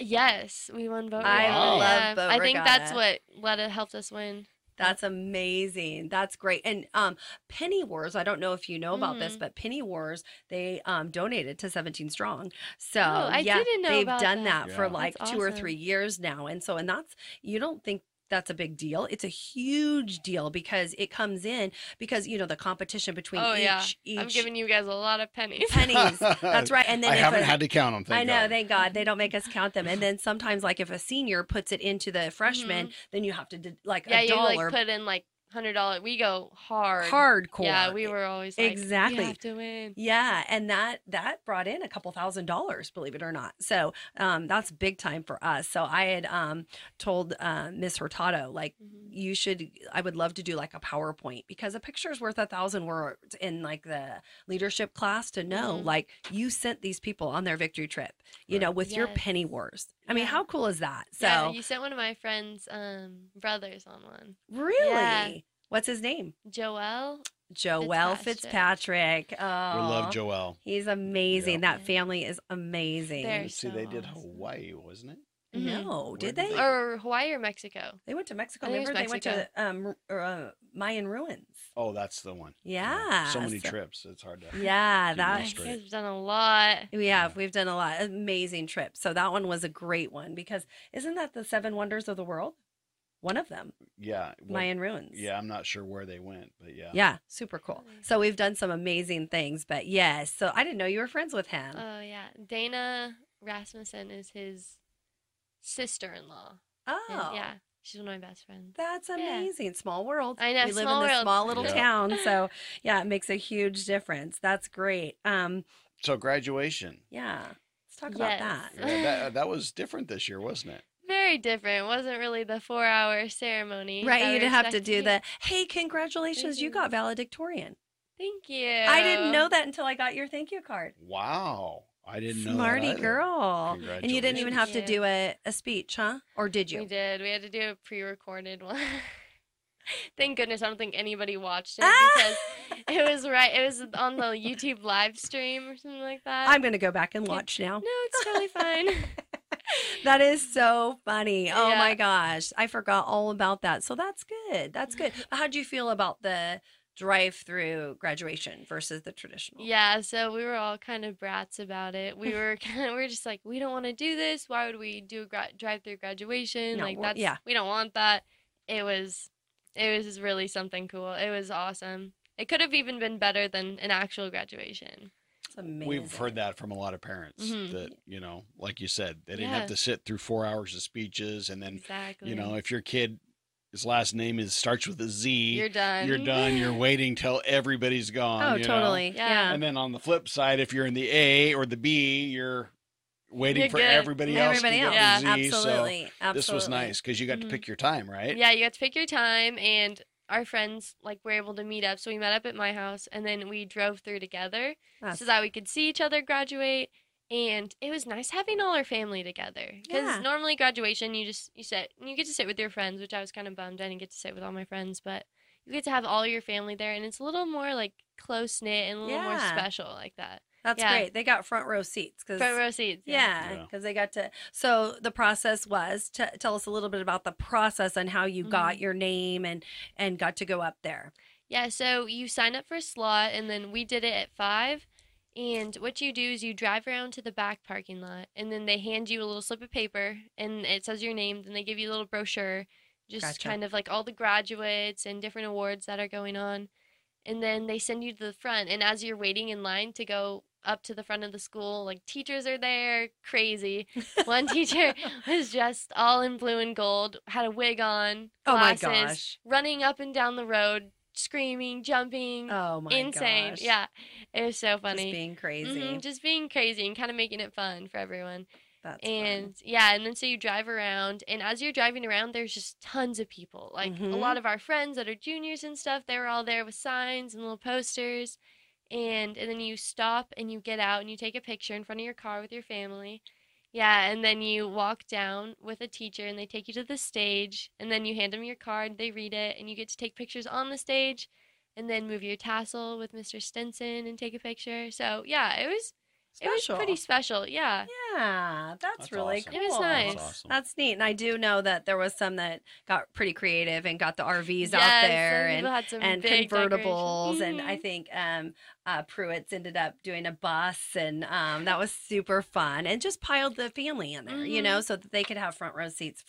[SPEAKER 4] Yes, we won boat.
[SPEAKER 3] I
[SPEAKER 4] regatta.
[SPEAKER 2] love
[SPEAKER 4] Yeah,
[SPEAKER 3] boat
[SPEAKER 4] I think that's
[SPEAKER 3] regatta.
[SPEAKER 4] what let it helped us win.
[SPEAKER 3] that's amazing that's great and um penny wars i don't know if you know about this
[SPEAKER 4] Mhm.
[SPEAKER 3] but penny wars they um donated to 17 strong so
[SPEAKER 4] Oh, I
[SPEAKER 3] yeah
[SPEAKER 4] didn't know
[SPEAKER 3] they've
[SPEAKER 4] about
[SPEAKER 3] done that,
[SPEAKER 4] that.
[SPEAKER 3] for
[SPEAKER 2] Yeah.
[SPEAKER 3] like
[SPEAKER 4] That's
[SPEAKER 3] two or
[SPEAKER 4] awesome.
[SPEAKER 3] three years now and so and that's you don't think that's a big deal. It's a huge deal because it comes in because you know the competition between
[SPEAKER 4] Oh,
[SPEAKER 3] each
[SPEAKER 4] yeah.
[SPEAKER 3] each
[SPEAKER 4] I'm giving you [LAUGHS] guys a lot of
[SPEAKER 3] [LAUGHS]
[SPEAKER 4] pennies.
[SPEAKER 3] pennies.
[SPEAKER 2] [LAUGHS]
[SPEAKER 3] that's right. And then
[SPEAKER 2] I
[SPEAKER 3] if
[SPEAKER 2] haven't
[SPEAKER 3] a-
[SPEAKER 2] had to count them. Thank
[SPEAKER 3] I know,
[SPEAKER 2] God.
[SPEAKER 3] thank God. They don't make us count them. And then sometimes, like, if a senior puts it into the freshman, then you have to, de- like,
[SPEAKER 4] Mm-hmm. yeah,
[SPEAKER 3] a
[SPEAKER 4] you
[SPEAKER 3] dollar
[SPEAKER 4] like put in like hundred dollars. We go hard.
[SPEAKER 3] hardcore.
[SPEAKER 4] Yeah, we were always like,
[SPEAKER 3] Exactly.
[SPEAKER 4] You have to win.
[SPEAKER 3] Yeah, and that that brought in a couple thousand dollars, believe it or not. So um, that's big time for us. So I had um, told uh, Miss Hurtado, like,
[SPEAKER 4] Mhm.
[SPEAKER 3] you should. I would love to do like a PowerPoint because a picture is worth a thousand words in like the leadership class to know,
[SPEAKER 4] Mhm.
[SPEAKER 3] like, you sent these people on their victory trip, you
[SPEAKER 2] Right.
[SPEAKER 3] know, with your
[SPEAKER 4] Yes.
[SPEAKER 3] penny wars. I mean,
[SPEAKER 4] Yeah.
[SPEAKER 3] how cool is that? So
[SPEAKER 4] Yeah, you sent one of my friends' um, brothers on one.
[SPEAKER 3] Really?
[SPEAKER 4] Yeah.
[SPEAKER 3] What's his name?
[SPEAKER 4] Joel.
[SPEAKER 3] Joel Fitzpatrick.
[SPEAKER 4] Fitzpatrick.
[SPEAKER 3] Oh,
[SPEAKER 2] We love Joel.
[SPEAKER 3] He's amazing.
[SPEAKER 4] Yeah.
[SPEAKER 3] That family is amazing.
[SPEAKER 4] They're
[SPEAKER 2] See, they did
[SPEAKER 4] songs.
[SPEAKER 2] Hawaii, wasn't it?
[SPEAKER 3] No,
[SPEAKER 2] Where
[SPEAKER 3] did
[SPEAKER 2] did
[SPEAKER 3] they?
[SPEAKER 2] they-
[SPEAKER 4] Mm-hmm. Or Hawaii or Mexico.
[SPEAKER 3] they went to Mexico.
[SPEAKER 4] I think it
[SPEAKER 3] Remember,
[SPEAKER 4] was
[SPEAKER 3] they went to um, r- or, uh, Mayan ruins.
[SPEAKER 2] Oh, that's the one. So many
[SPEAKER 3] Yes.
[SPEAKER 2] trips. It's hard to.
[SPEAKER 3] Yeah,
[SPEAKER 2] Dude,
[SPEAKER 3] that
[SPEAKER 2] That's
[SPEAKER 4] Nice. You
[SPEAKER 2] great.
[SPEAKER 4] guys have done a lot.
[SPEAKER 3] we have. We've done a lot. Amazing trips. So that one was a great one because isn't that the seven wonders of the world? One of them,
[SPEAKER 2] Yeah. well,
[SPEAKER 3] Mayan ruins.
[SPEAKER 2] Yeah, I'm not sure where they went, but yeah.
[SPEAKER 3] Yeah, super cool.
[SPEAKER 4] Really?
[SPEAKER 3] So we've done some amazing things, but yes. So I didn't know you were friends with him.
[SPEAKER 4] Oh yeah, Dana Rasmussen is his sister-in-law.
[SPEAKER 3] oh,
[SPEAKER 4] And, yeah, she's one of my best friends.
[SPEAKER 3] That's amazing. Small world.
[SPEAKER 4] I know,
[SPEAKER 3] We live
[SPEAKER 4] small
[SPEAKER 3] in this
[SPEAKER 4] world.
[SPEAKER 3] small little
[SPEAKER 2] Yeah.
[SPEAKER 3] town. So yeah, it makes a huge difference. That's great. Um,
[SPEAKER 2] So
[SPEAKER 3] [LAUGHS]
[SPEAKER 2] graduation.
[SPEAKER 3] yeah. Let's talk about
[SPEAKER 4] Yes.
[SPEAKER 3] that.
[SPEAKER 2] Yeah, that, that was different this year, wasn't it?
[SPEAKER 4] Very different. It wasn't really the four-hour ceremony.
[SPEAKER 3] Right,
[SPEAKER 4] that
[SPEAKER 3] you
[SPEAKER 4] we
[SPEAKER 3] didn't have to do
[SPEAKER 4] expected.
[SPEAKER 3] the hey, congratulations, you
[SPEAKER 4] Mhm.
[SPEAKER 3] got valedictorian.
[SPEAKER 4] Thank you.
[SPEAKER 3] I didn't know that until I got your thank you card.
[SPEAKER 2] Wow. I didn't know. that
[SPEAKER 3] Smarty
[SPEAKER 2] either.
[SPEAKER 3] girl. And you didn't even have to
[SPEAKER 4] Thank you.
[SPEAKER 3] do a, a speech, huh? Or did you? [LAUGHS]
[SPEAKER 4] We did. We had to do a pre-recorded one. [LAUGHS] Thank goodness I don't think anybody watched it
[SPEAKER 3] Ah! [LAUGHS]
[SPEAKER 4] because it was right. It was on the YouTube live stream or something like that.
[SPEAKER 3] I'm gonna go back and watch now.
[SPEAKER 4] no, it's totally fine. [LAUGHS]
[SPEAKER 3] That is so funny. Oh
[SPEAKER 4] Yeah.
[SPEAKER 3] my gosh. I forgot all about that. So that's good. That's good. But How'd you feel about the drive through graduation versus the traditional?
[SPEAKER 4] Yeah, so we were all kind of brats about it. We were [LAUGHS] kind of, we were just like, we don't want to do this. Why would we do a gra- drive-through graduation?
[SPEAKER 3] No,
[SPEAKER 4] like
[SPEAKER 3] we're-
[SPEAKER 4] that's
[SPEAKER 3] yeah.
[SPEAKER 4] we don't want that. It was it was just really something cool. It was awesome. It could have even been better than an actual graduation.
[SPEAKER 3] It's amazing. Mm-hmm.
[SPEAKER 2] We've heard that from a lot of parents
[SPEAKER 4] Mhm.
[SPEAKER 2] that, you know, like you said, they didn't have
[SPEAKER 4] Yeah.
[SPEAKER 2] to sit through four hours of speeches. And then,
[SPEAKER 4] Exactly.
[SPEAKER 2] you know, if your kid, his last name is starts with a Z,
[SPEAKER 4] you're done.
[SPEAKER 2] you're done.
[SPEAKER 4] [LAUGHS]
[SPEAKER 2] You're waiting till everybody's gone.
[SPEAKER 3] Oh,
[SPEAKER 2] you know?
[SPEAKER 3] totally.
[SPEAKER 4] Yeah.
[SPEAKER 3] Yeah.
[SPEAKER 2] And then on the flip side, if you're in the A or the B, you're waiting
[SPEAKER 4] You're
[SPEAKER 2] for
[SPEAKER 4] good.
[SPEAKER 2] everybody else.
[SPEAKER 3] Everybody
[SPEAKER 2] to
[SPEAKER 3] else.
[SPEAKER 2] get
[SPEAKER 4] Yeah.
[SPEAKER 2] the Z, so
[SPEAKER 3] Absolutely. Absolutely. Mm-hmm.
[SPEAKER 2] This was nice because you got
[SPEAKER 4] Mhm.
[SPEAKER 2] to pick your time, right?
[SPEAKER 4] Yeah, you got to pick your time and our friends like were able to meet up. So we met up at my house and then we drove through together
[SPEAKER 3] That's-
[SPEAKER 4] so that we could see each other graduate. And it was nice having all our family together because
[SPEAKER 3] Yeah.
[SPEAKER 4] normally graduation you just you sit you get to sit with your friends, which I was kind of bummed I didn't get to sit with all my friends, but you get to have all your family there and it's a little more like close knit and a little more
[SPEAKER 3] Yeah.
[SPEAKER 4] special like that.
[SPEAKER 3] that's
[SPEAKER 4] yeah.
[SPEAKER 3] great. They got front row seats because
[SPEAKER 4] Front row seats.
[SPEAKER 3] yeah,
[SPEAKER 2] Yeah.
[SPEAKER 3] because they got to. So the process was t- tell us a little bit about the process and how you
[SPEAKER 4] Mm-hmm.
[SPEAKER 3] got your name and and got to go up there.
[SPEAKER 4] Yeah, so you sign up for a slot, and then we did it at five. And what you do is you drive around to the back parking lot, and then they hand you a little slip of paper, and it says your name. Then they give you a little brochure, just
[SPEAKER 3] Gotcha.
[SPEAKER 4] kind of like all the graduates and different awards that are going on. And then they send you to the front, and as you're waiting in line to go up to the front of the school, like teachers are there, crazy.
[SPEAKER 3] [LAUGHS]
[SPEAKER 4] One teacher [LAUGHS] was dressed all in blue and gold, had a wig on,
[SPEAKER 3] Oh my
[SPEAKER 4] glasses,
[SPEAKER 3] gosh.
[SPEAKER 4] running up and down the road, screaming, jumping,
[SPEAKER 3] Oh my
[SPEAKER 4] insane.
[SPEAKER 3] gosh.
[SPEAKER 4] Yeah, it was so
[SPEAKER 3] Just
[SPEAKER 4] funny.
[SPEAKER 3] being crazy.
[SPEAKER 4] Mhm, just being crazy and kind of making it fun for everyone.
[SPEAKER 3] That's fun.
[SPEAKER 4] and yeah, and then so you drive around, and as you're driving around, there's just tons of people. Like a
[SPEAKER 3] Mhm.
[SPEAKER 4] lot of our friends that are juniors and stuff, they were all there with signs and little posters. And, and then you stop and you get out and you take a picture in front of your car with your family. Yeah, and then you walk down with a teacher and they take you to the stage and then you hand them your card, they read it, and you get to take pictures on the stage and then move your tassel with Mr. Stinson and take a picture. So, yeah, it was
[SPEAKER 3] Special.
[SPEAKER 4] it was pretty special. Yeah.
[SPEAKER 3] Yeah, that's,
[SPEAKER 2] That's
[SPEAKER 3] really
[SPEAKER 2] awesome.
[SPEAKER 3] cool.
[SPEAKER 4] It was
[SPEAKER 2] That's
[SPEAKER 4] nice.
[SPEAKER 2] awesome.
[SPEAKER 3] That's neat. And I do know that there was some that got pretty creative and got the RVs
[SPEAKER 4] Yes,
[SPEAKER 3] out
[SPEAKER 4] some
[SPEAKER 3] there and
[SPEAKER 4] people had some
[SPEAKER 3] and
[SPEAKER 4] big
[SPEAKER 3] convertibles
[SPEAKER 4] decorations.
[SPEAKER 3] and I
[SPEAKER 4] Mhm.
[SPEAKER 3] think um uh Pruitt's ended up doing a bus and
[SPEAKER 4] Mm-hmm.
[SPEAKER 3] um that was super fun and just piled the family in there, you know, so that they could have front row seats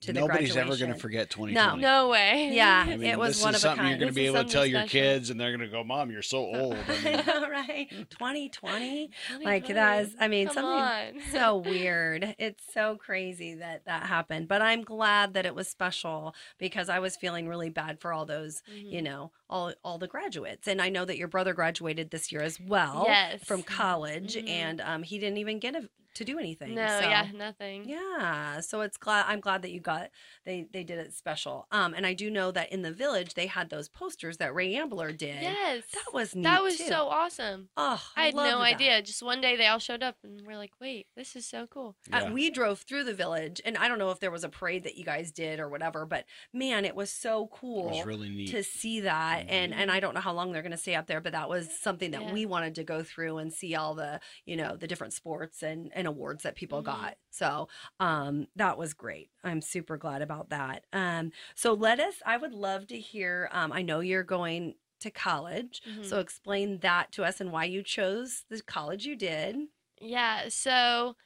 [SPEAKER 3] to the
[SPEAKER 2] Nobody's
[SPEAKER 3] graduation.
[SPEAKER 2] ever going to forget 2020.
[SPEAKER 4] Mm-hmm. No way.
[SPEAKER 3] Yeah.
[SPEAKER 4] [LAUGHS]
[SPEAKER 2] I mean,
[SPEAKER 3] It was
[SPEAKER 2] this
[SPEAKER 3] one
[SPEAKER 2] is
[SPEAKER 3] of a
[SPEAKER 2] something you're
[SPEAKER 3] kind.
[SPEAKER 2] going to
[SPEAKER 4] This
[SPEAKER 2] be
[SPEAKER 4] is
[SPEAKER 2] able to
[SPEAKER 4] something
[SPEAKER 2] tell your
[SPEAKER 4] special.
[SPEAKER 2] kids, and they're going to go, "Mom, you're
[SPEAKER 3] [LAUGHS]
[SPEAKER 2] so old." I mean,
[SPEAKER 3] I know, right?
[SPEAKER 2] Mm.
[SPEAKER 3] 2020. Like
[SPEAKER 4] 2020.
[SPEAKER 3] that is, I mean,
[SPEAKER 4] Come
[SPEAKER 3] something
[SPEAKER 4] on.
[SPEAKER 3] so weird. It's so crazy that that happened, but I'm glad that it was special because I was feeling really bad for all those,
[SPEAKER 4] Mhm.
[SPEAKER 3] you know, all all the graduates. And I know that your brother graduated this year as well
[SPEAKER 4] yes.
[SPEAKER 3] from college,
[SPEAKER 4] Mhm.
[SPEAKER 3] and um, he didn't even get a, to do anything.
[SPEAKER 4] No,
[SPEAKER 3] so.
[SPEAKER 4] yeah, nothing.
[SPEAKER 3] Yeah, so it's glad I'm glad that you got they they did it special. Um, and I do know that in the village they had those posters that Ray Ambler did.
[SPEAKER 4] Yes.
[SPEAKER 3] That was neat
[SPEAKER 4] That was
[SPEAKER 3] too.
[SPEAKER 4] so awesome.
[SPEAKER 3] Oh,
[SPEAKER 4] I had
[SPEAKER 3] loved
[SPEAKER 4] no
[SPEAKER 3] that.
[SPEAKER 4] idea. Just one day they all showed up and we're like, wait, this is so cool.
[SPEAKER 3] Uh,
[SPEAKER 2] yeah.
[SPEAKER 3] we drove through the village, and I don't know if there was a parade that you guys did or whatever, but man, it was so
[SPEAKER 2] it
[SPEAKER 3] cool
[SPEAKER 2] was really neat.
[SPEAKER 3] to see that. And
[SPEAKER 4] Mhm.
[SPEAKER 3] and I don't know how long they're going to stay up there, but that was something that
[SPEAKER 4] Yeah.
[SPEAKER 3] we wanted to go through and see all the you know the different sports and and awards that people
[SPEAKER 4] Mhm.
[SPEAKER 3] got. So um, that was great. I'm super glad about that. Um, so let us. I would love to hear. Um, I know you're going to college,
[SPEAKER 4] Mm-hmm.
[SPEAKER 3] so explain that to us and why you chose the college you did.
[SPEAKER 4] Yeah, so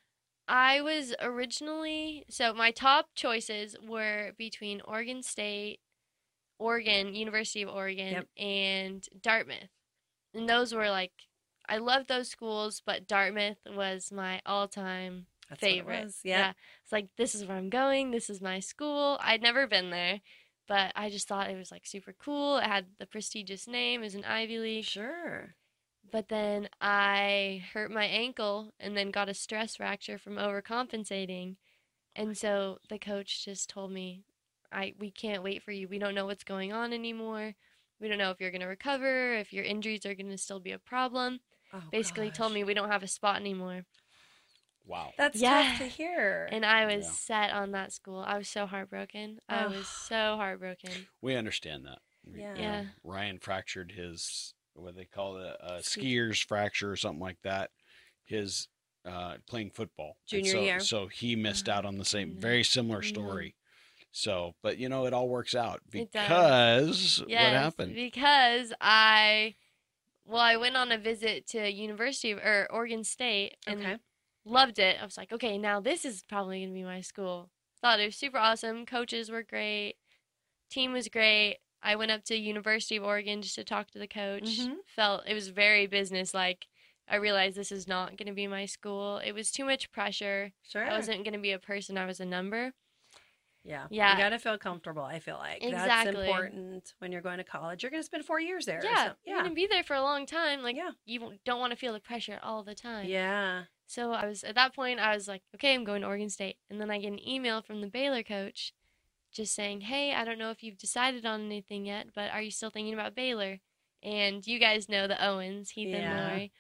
[SPEAKER 4] I was originally so my top choices were between Oregon State, Oregon, University of Oregon,
[SPEAKER 3] Yep.
[SPEAKER 4] and Dartmouth. And those were like I loved those schools, but Dartmouth was my all-time
[SPEAKER 3] That's what it
[SPEAKER 4] favorite.
[SPEAKER 3] was. Yeah.
[SPEAKER 4] It's like this is where I'm going, this is my school. I'd never been there, but I just thought it was like super cool. It had the prestigious name, it was an Ivy League.
[SPEAKER 3] Sure.
[SPEAKER 4] But then I hurt my ankle and then got a stress fracture from overcompensating. And so the coach just told me, I we can't wait for you. We don't know what's going on anymore. We don't know if you're going to recover, if your injuries are going to still be a problem.
[SPEAKER 3] Oh,
[SPEAKER 4] Basically
[SPEAKER 3] gosh.
[SPEAKER 4] told me we don't have a spot anymore.
[SPEAKER 2] wow.
[SPEAKER 3] That's
[SPEAKER 4] Yeah.
[SPEAKER 3] tough to hear.
[SPEAKER 4] And I was
[SPEAKER 2] Yeah.
[SPEAKER 4] set on that school. I was so heartbroken. I
[SPEAKER 3] Ugh.
[SPEAKER 2] [SIGHS]
[SPEAKER 4] was so heartbroken.
[SPEAKER 2] We understand that. We-
[SPEAKER 3] Yeah.
[SPEAKER 2] you know,
[SPEAKER 4] Yeah.
[SPEAKER 2] Ryan fractured his what they call it a, a
[SPEAKER 4] Ski-
[SPEAKER 2] skier's fracture or something like that. His uh, playing football And
[SPEAKER 3] Junior
[SPEAKER 2] so,
[SPEAKER 3] year. Mm-hmm.
[SPEAKER 2] So he missed out on the same
[SPEAKER 4] no.
[SPEAKER 2] very similar
[SPEAKER 4] Mhm.
[SPEAKER 2] story. So, but you know, it all works out
[SPEAKER 4] It does.
[SPEAKER 2] because what happened?
[SPEAKER 4] Because I, well, I went on a visit to University of or Oregon State and
[SPEAKER 3] okay.
[SPEAKER 4] loved it. I was like, okay, now this is probably gonna be my school. Thought it was super awesome. Coaches were great. Team was great. I went up to University of Oregon just to talk to the coach.
[SPEAKER 3] Mhm.
[SPEAKER 4] Felt it was very business like. I realized this is not gonna be my school. It was too much pressure.
[SPEAKER 3] Sure.
[SPEAKER 4] I wasn't gonna be a person. I was a number.
[SPEAKER 3] yeah.
[SPEAKER 4] Yeah.
[SPEAKER 3] You got to feel comfortable, I feel like. That's
[SPEAKER 4] Exactly.
[SPEAKER 3] important when you're going to college. You're going to spend four years there. or
[SPEAKER 4] Yeah,
[SPEAKER 3] so-
[SPEAKER 4] you're gonna be there for a long time. Like
[SPEAKER 3] Yeah.
[SPEAKER 4] you don't want to feel the pressure all the
[SPEAKER 3] Yeah.
[SPEAKER 4] time.
[SPEAKER 3] Yeah.
[SPEAKER 4] So I was at that point I was like, okay, I'm going to Oregon State. And then I get an email from the Baylor coach just saying, "Hey, I don't know if you've decided on anything yet, but are you still thinking about Baylor?" And you guys know the Owens, Heath
[SPEAKER 3] Yeah.
[SPEAKER 4] and Lori.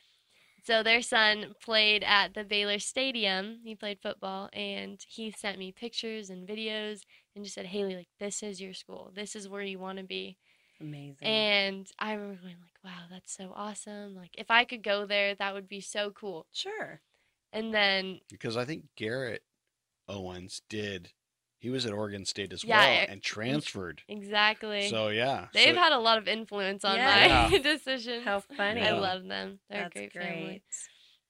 [SPEAKER 4] So their son played at the Baylor Stadium. He played football and he sent me pictures and videos and just said, "Haley, like this is your school. This is where you want to be."
[SPEAKER 3] Amazing.
[SPEAKER 4] And I remember going like, "Wow, that's so awesome. Like if I could go there, that would be so cool."
[SPEAKER 3] sure.
[SPEAKER 4] And then
[SPEAKER 2] Because I think Garrett Owens did. He was at Oregon State as
[SPEAKER 4] Yeah,
[SPEAKER 2] well
[SPEAKER 4] it-
[SPEAKER 2] and transferred.
[SPEAKER 4] Exactly.
[SPEAKER 2] So yeah,
[SPEAKER 4] They've
[SPEAKER 2] So-
[SPEAKER 4] had a lot of influence on
[SPEAKER 3] Yeah.
[SPEAKER 4] my [LAUGHS] decisions.
[SPEAKER 3] How funny.
[SPEAKER 4] I love them. They're
[SPEAKER 3] That's
[SPEAKER 4] a great, family.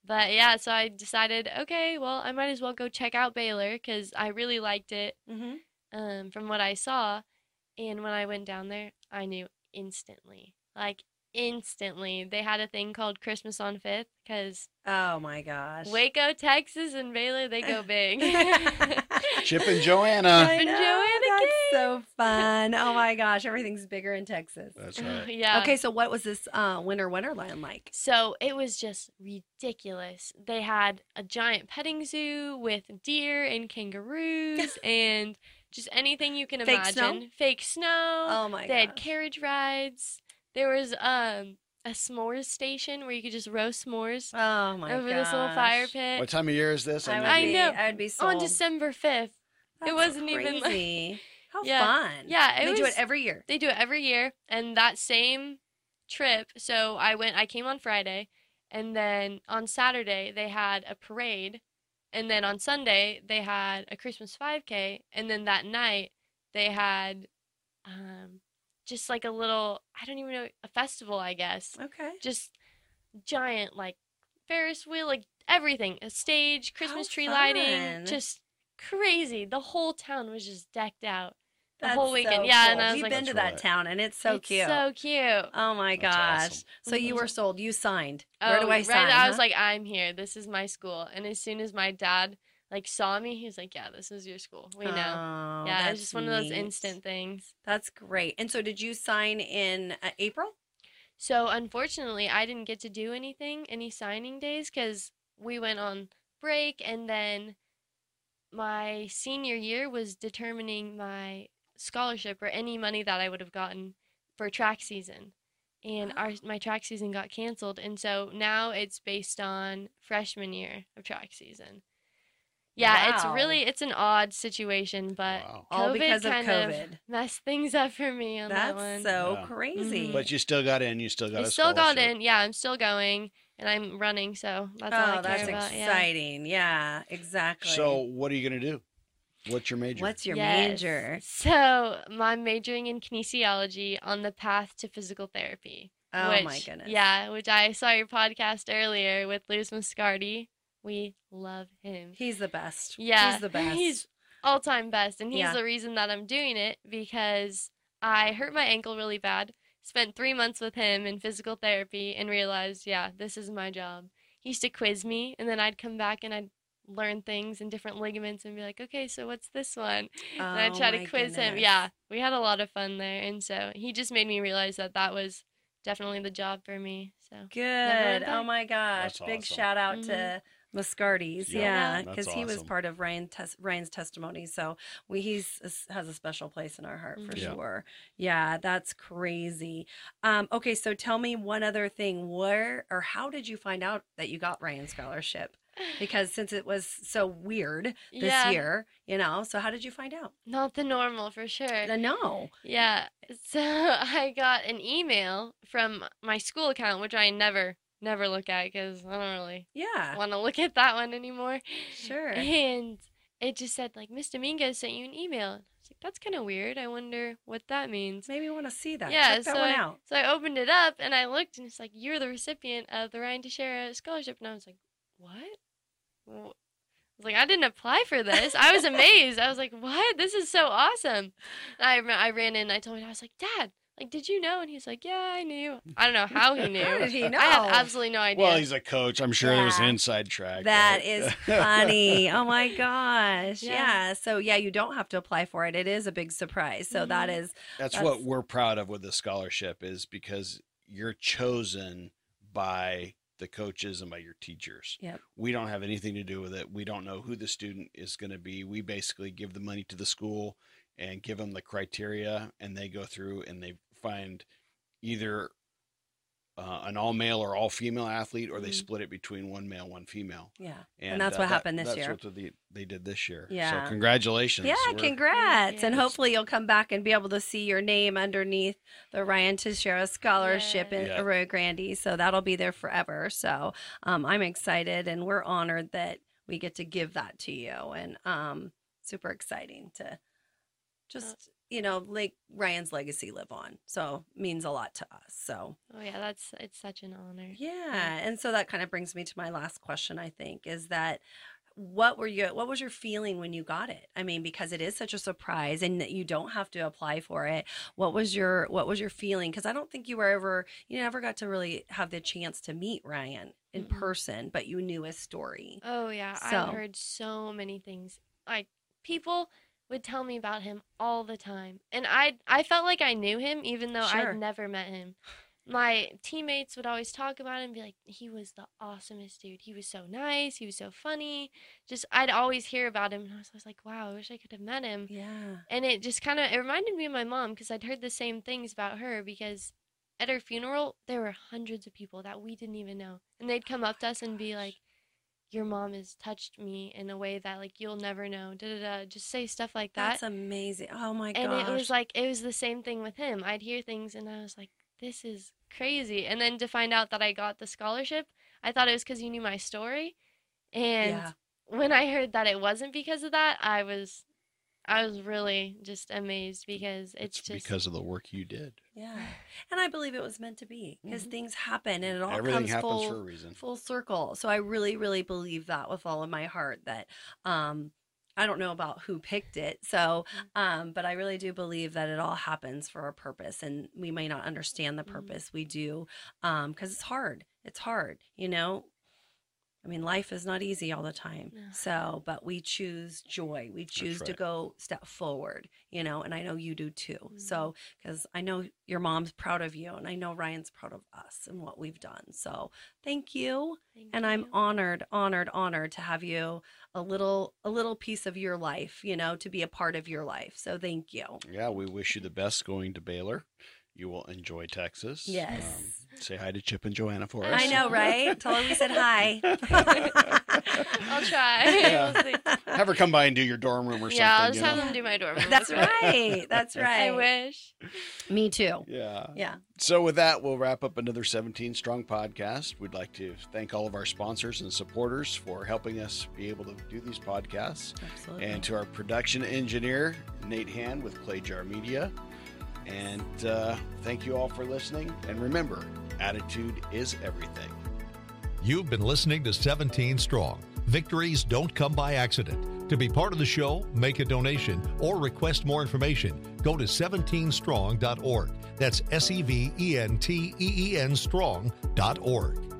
[SPEAKER 4] But yeah, so I decided, okay, well, I might as well go check out Baylor because I really liked it
[SPEAKER 3] hmm
[SPEAKER 4] um, from what I saw. And when I went down there, I knew instantly, like instantly, they had a thing called Christmas on Fifth because
[SPEAKER 3] Oh, my gosh. [LAUGHS]
[SPEAKER 4] [LAUGHS] Waco, Texas, and Baylor, they go big. [LAUGHS]
[SPEAKER 2] Chip and Joanna.
[SPEAKER 3] I
[SPEAKER 4] and
[SPEAKER 3] know,
[SPEAKER 4] Joanna
[SPEAKER 3] that's
[SPEAKER 4] Gaines.
[SPEAKER 3] so fun. Oh, my gosh. Everything's bigger in Texas.
[SPEAKER 2] That's right.
[SPEAKER 4] yeah.
[SPEAKER 3] Okay. So, what was this uh, Winter Wonderland like?
[SPEAKER 4] So it was just ridiculous. They had a giant petting zoo with deer
[SPEAKER 3] [LAUGHS]
[SPEAKER 4] and kangaroos and just anything you can
[SPEAKER 3] Fake
[SPEAKER 4] imagine.
[SPEAKER 3] snow?
[SPEAKER 4] Fake snow.
[SPEAKER 3] Oh, my
[SPEAKER 4] they
[SPEAKER 3] gosh.
[SPEAKER 4] had carriage rides. There was um a s'mores station where you could just roast s'mores
[SPEAKER 3] oh, my
[SPEAKER 4] over
[SPEAKER 3] gosh.
[SPEAKER 4] this little fire
[SPEAKER 2] What
[SPEAKER 4] pit
[SPEAKER 2] time of year is this?
[SPEAKER 3] I, Oh, would
[SPEAKER 4] I
[SPEAKER 3] be,
[SPEAKER 4] know.
[SPEAKER 3] I'd be sold.
[SPEAKER 4] on December 5th.
[SPEAKER 3] That's
[SPEAKER 4] wasn't even, like-
[SPEAKER 3] crazy. How
[SPEAKER 4] [LAUGHS] Yeah.
[SPEAKER 3] fun.
[SPEAKER 4] Yeah, it
[SPEAKER 3] they do
[SPEAKER 4] was
[SPEAKER 3] it every year.
[SPEAKER 4] They do it every year, and that same trip. So I went. I came on Friday, and then on Saturday they had a parade, and then on Sunday they had a Christmas 5K, and then that night they had, um, just like a little I don't even know a festival I guess.
[SPEAKER 3] Okay.
[SPEAKER 4] Just giant like Ferris wheel, like everything, a stage, Christmas tree lighting,
[SPEAKER 3] fun.
[SPEAKER 4] just crazy. The whole town was just decked out. The
[SPEAKER 3] That's
[SPEAKER 4] whole
[SPEAKER 3] so
[SPEAKER 4] weekend. Yeah, and
[SPEAKER 3] cool.
[SPEAKER 4] I was
[SPEAKER 3] We've
[SPEAKER 4] like,
[SPEAKER 3] been to
[SPEAKER 2] That's
[SPEAKER 3] that
[SPEAKER 2] right.
[SPEAKER 3] town, and it's so
[SPEAKER 4] it's
[SPEAKER 3] cute.
[SPEAKER 4] So cute.
[SPEAKER 3] oh my
[SPEAKER 2] That's
[SPEAKER 3] gosh!
[SPEAKER 2] awesome.
[SPEAKER 3] So you were sold. You signed.
[SPEAKER 4] Oh,
[SPEAKER 3] Where do I
[SPEAKER 4] right,
[SPEAKER 3] sign?
[SPEAKER 4] I was
[SPEAKER 3] huh?
[SPEAKER 4] like, I'm here. This is my school. And as soon as my dad like saw me, he was like, Yeah, this is your school. We know.
[SPEAKER 3] Oh,
[SPEAKER 4] yeah, it
[SPEAKER 3] that's
[SPEAKER 4] was just one of those
[SPEAKER 3] neat.
[SPEAKER 4] instant things.
[SPEAKER 3] That's great. And so, did you sign in uh, April?
[SPEAKER 4] So unfortunately, I didn't get to do anything, any signing days, because we went on break, and then my senior year was determining my scholarship or any money that I would have gotten for track season. And
[SPEAKER 3] Oh.
[SPEAKER 4] our my track season got canceled, and so now it's based on freshman year of track season. Yeah, it's
[SPEAKER 3] Wow.
[SPEAKER 4] really it's an odd situation, but
[SPEAKER 2] wow.
[SPEAKER 3] All
[SPEAKER 4] COVID
[SPEAKER 3] because of
[SPEAKER 4] kind
[SPEAKER 3] COVID.
[SPEAKER 4] messed things up for me on that one. Mm-hmm.
[SPEAKER 3] That's so
[SPEAKER 2] Yeah.
[SPEAKER 3] crazy.
[SPEAKER 2] But you still got in. You still got.
[SPEAKER 4] I
[SPEAKER 2] a
[SPEAKER 4] still got
[SPEAKER 2] scholarship.
[SPEAKER 4] in. Yeah, I'm still going and I'm running, so that's all I
[SPEAKER 3] oh,
[SPEAKER 4] care
[SPEAKER 3] that's
[SPEAKER 4] about. Yeah.
[SPEAKER 3] exciting. Yeah. exactly.
[SPEAKER 2] So what are you gonna do? What's your major?
[SPEAKER 3] what's your
[SPEAKER 4] Yes.
[SPEAKER 3] major?
[SPEAKER 4] So I'm majoring in kinesiology on the path to physical therapy.
[SPEAKER 3] Oh
[SPEAKER 4] which,
[SPEAKER 3] my goodness.
[SPEAKER 4] Yeah, which I saw your podcast earlier with Luz Muscardi. We love him.
[SPEAKER 3] he's the best.
[SPEAKER 4] Yeah,
[SPEAKER 3] he's the best.
[SPEAKER 4] he's- all time best. And he's
[SPEAKER 3] Yeah.
[SPEAKER 4] the reason that I'm doing it because I hurt my ankle really bad, spent three months with him in physical therapy, and realized, yeah, this is my job. He used to quiz me, and then I'd come back and I'd learn things and different ligaments and be like, okay, so what's this one? and I'd
[SPEAKER 3] Oh
[SPEAKER 4] try to
[SPEAKER 3] my
[SPEAKER 4] quiz him.
[SPEAKER 3] goodness.
[SPEAKER 4] Yeah, we had a lot of fun there. And so he just made me realize that that was definitely the job for me. So.
[SPEAKER 3] Good. Oh
[SPEAKER 4] back.
[SPEAKER 3] my gosh.
[SPEAKER 2] That's
[SPEAKER 3] Big
[SPEAKER 2] awesome.
[SPEAKER 3] shout out to
[SPEAKER 4] Mm-hmm.
[SPEAKER 3] Muscardi's.
[SPEAKER 2] Yeah,
[SPEAKER 3] Yeah.
[SPEAKER 2] that's
[SPEAKER 3] Because he was
[SPEAKER 2] awesome.
[SPEAKER 3] part of Ryan tes- Ryan's testimony. So we, he's has a special place in our heart for
[SPEAKER 4] Mhm.
[SPEAKER 2] Yeah.
[SPEAKER 3] sure. Yeah. That's crazy. Um, okay. So tell me one other thing. Where or how did you find out that you got Ryan's scholarship?
[SPEAKER 4] [LAUGHS]
[SPEAKER 3] Because since it was so weird this
[SPEAKER 4] yeah,
[SPEAKER 3] year, you know, so how did you find out?
[SPEAKER 4] Not the normal for sure.
[SPEAKER 3] Uh, No.
[SPEAKER 4] Yeah. So [LAUGHS] I got an email from my school account, which I never, never look at because I don't really
[SPEAKER 3] Yeah.
[SPEAKER 4] want to look at that one anymore.
[SPEAKER 3] Sure.
[SPEAKER 4] [LAUGHS] And it just said, like, Miss Dominguez sent you an email. And I was like, that's kind of weird. I wonder what that means.
[SPEAKER 3] Maybe we want to see that.
[SPEAKER 4] Yeah,
[SPEAKER 3] Check that
[SPEAKER 4] so
[SPEAKER 3] one
[SPEAKER 4] I-
[SPEAKER 3] out.
[SPEAKER 4] So I opened it up and I looked and it's like, you're the recipient of the Ryan DeShera scholarship. And I was like, what? Wh- I was like, I didn't apply for this. I was amazed. I was like, what? This is so awesome. And I, ra- I ran in and I told him, I was like, Dad, like, did you know? And he's like, yeah, I knew. I don't know how he knew.
[SPEAKER 3] How
[SPEAKER 2] [LAUGHS]
[SPEAKER 3] did he know?
[SPEAKER 4] I have
[SPEAKER 3] [LAUGHS]
[SPEAKER 4] absolutely no idea.
[SPEAKER 2] Well, he's a coach. I'm sure there's an
[SPEAKER 3] Yeah.
[SPEAKER 2] inside track.
[SPEAKER 3] That
[SPEAKER 2] right?
[SPEAKER 3] is
[SPEAKER 2] [LAUGHS]
[SPEAKER 3] funny. Oh my gosh. Yeah.
[SPEAKER 4] Yeah.
[SPEAKER 3] So yeah, you don't have to apply for it. It is a big surprise. So that
[SPEAKER 4] Mhm.
[SPEAKER 3] is
[SPEAKER 2] That's,
[SPEAKER 3] That's-
[SPEAKER 2] what we're proud of with the scholarship is because you're chosen by the coaches and by your teachers.
[SPEAKER 3] Yep.
[SPEAKER 2] We don't have anything to do with it. We don't know who the student is going to be. We basically give the money to the school and give them the criteria and they go through and they find either uh, an all male or all female athlete or they
[SPEAKER 4] Mhm.
[SPEAKER 2] split it between one male, one female. uh,
[SPEAKER 3] yeah. Mm-hmm. that's what
[SPEAKER 2] that-
[SPEAKER 3] happened this
[SPEAKER 2] that's
[SPEAKER 3] year.
[SPEAKER 2] what they, they did this year.
[SPEAKER 3] Yeah.
[SPEAKER 2] So congratulations.
[SPEAKER 3] Yeah,
[SPEAKER 2] We're-
[SPEAKER 3] congrats. And
[SPEAKER 4] you.
[SPEAKER 3] hopefully you'll come back and be able to see your name underneath the Ryan Teixeira Scholarship in
[SPEAKER 2] Yeah.
[SPEAKER 3] Arroyo Grande. So that'll be there forever. So um, I'm excited and we're honored that we get to give that to you. And um, super exciting to just, you know, like Ryan's legacy live on. So means a lot to us. So
[SPEAKER 4] oh, yeah, that's, it's such an honor.
[SPEAKER 3] Yeah, and so that kind of brings me to my last question. I think is that what were you? What was your feeling when you got it? I mean, because it is such a surprise, and that you don't have to apply for it. What was your What was your feeling? Because I don't think you were ever you never got to really have the chance to meet Ryan in
[SPEAKER 4] Mm-mm.
[SPEAKER 3] person, but you knew his story.
[SPEAKER 4] Oh yeah,
[SPEAKER 3] So-
[SPEAKER 4] I've heard so many things. Like people would tell me about him all the time, and I I felt like I knew him even though
[SPEAKER 3] Sure.
[SPEAKER 4] I'd never met him. My teammates would always talk about him and be like, he was the awesomest dude. He was so nice. He was so funny. Just I'd always hear about him, and I was always like, wow, I wish I could have met him.
[SPEAKER 3] Yeah.
[SPEAKER 4] And it just kind of it reminded me of my mom because I'd heard the same things about her because at her funeral there were hundreds of people that we didn't even know, and they'd come up to us and be like, "Your mom has touched me in a way that like you'll never know." Da da da. Just say stuff like that.
[SPEAKER 3] That's amazing. Oh my
[SPEAKER 4] and
[SPEAKER 3] gosh.
[SPEAKER 4] it was like it was the same thing with him. I'd hear things and I was like, "This is crazy." And then to find out that I got the scholarship, I thought it was because you knew my story, and
[SPEAKER 3] yeah.
[SPEAKER 4] when I heard that it wasn't because of that, I was I was really just amazed because it's,
[SPEAKER 2] It's
[SPEAKER 4] just
[SPEAKER 2] because of the work you did.
[SPEAKER 3] Yeah. And I believe it was meant to be because
[SPEAKER 4] Mm-hmm.
[SPEAKER 2] Mhm.
[SPEAKER 3] things happen and it all
[SPEAKER 2] Everything
[SPEAKER 3] comes
[SPEAKER 2] happens
[SPEAKER 3] full
[SPEAKER 2] for a reason.
[SPEAKER 3] full circle so i really really believe that with all of my heart that um I don't know about who picked it. So, um, but I really do believe that it all happens for a purpose, and we may not understand the
[SPEAKER 4] Mhm.
[SPEAKER 3] purpose we do because it's hard. It's hard, you know. I mean, life is not easy all the time.
[SPEAKER 4] No.
[SPEAKER 3] So, but we choose joy. We choose to
[SPEAKER 2] right.
[SPEAKER 3] go step forward, you know, and I know you do too.
[SPEAKER 4] Mhm.
[SPEAKER 3] So, because I know your mom's proud of you, and I know Ryan's proud of us and what we've done. So, thank you
[SPEAKER 4] Thank
[SPEAKER 3] and I'm
[SPEAKER 4] you.
[SPEAKER 3] honored, honored, honored to have you a little a little piece of your life, you know, to be a part of your life. So thank you.
[SPEAKER 2] Yeah, we wish you the best going to Baylor. You will enjoy Texas. Um,
[SPEAKER 3] Yes.
[SPEAKER 2] say hi to Chip and Joanna for us.
[SPEAKER 3] I know, right? Tell her we said
[SPEAKER 4] [LAUGHS]
[SPEAKER 3] hi. [LAUGHS]
[SPEAKER 4] I'll try.
[SPEAKER 2] Yeah.
[SPEAKER 4] [LAUGHS] We'll see.
[SPEAKER 2] [LAUGHS] Have her come by and do your dorm room or something.
[SPEAKER 4] yeah, I'll just
[SPEAKER 2] you know?
[SPEAKER 4] have them
[SPEAKER 3] [LAUGHS]
[SPEAKER 4] do my dorm room.
[SPEAKER 3] That's
[SPEAKER 4] That's
[SPEAKER 3] right. That's
[SPEAKER 4] [LAUGHS] I
[SPEAKER 3] right.
[SPEAKER 4] wish.
[SPEAKER 3] Me too.
[SPEAKER 2] Yeah.
[SPEAKER 3] Yeah.
[SPEAKER 2] So, with that, we'll wrap up another 17 Strong podcast. We'd like to thank all of our sponsors and supporters for helping us be able to do these podcasts,
[SPEAKER 3] Absolutely.
[SPEAKER 2] and to our production engineer, Nate Hand with Clay Jar Media. And uh, thank you all for listening. And remember, attitude is everything.
[SPEAKER 1] You've been listening to 17 Strong. Victories don't come by accident. To be part of the show, make a donation, or request more information, go to 17strong.org. That's S E V E N T E E N strong.org.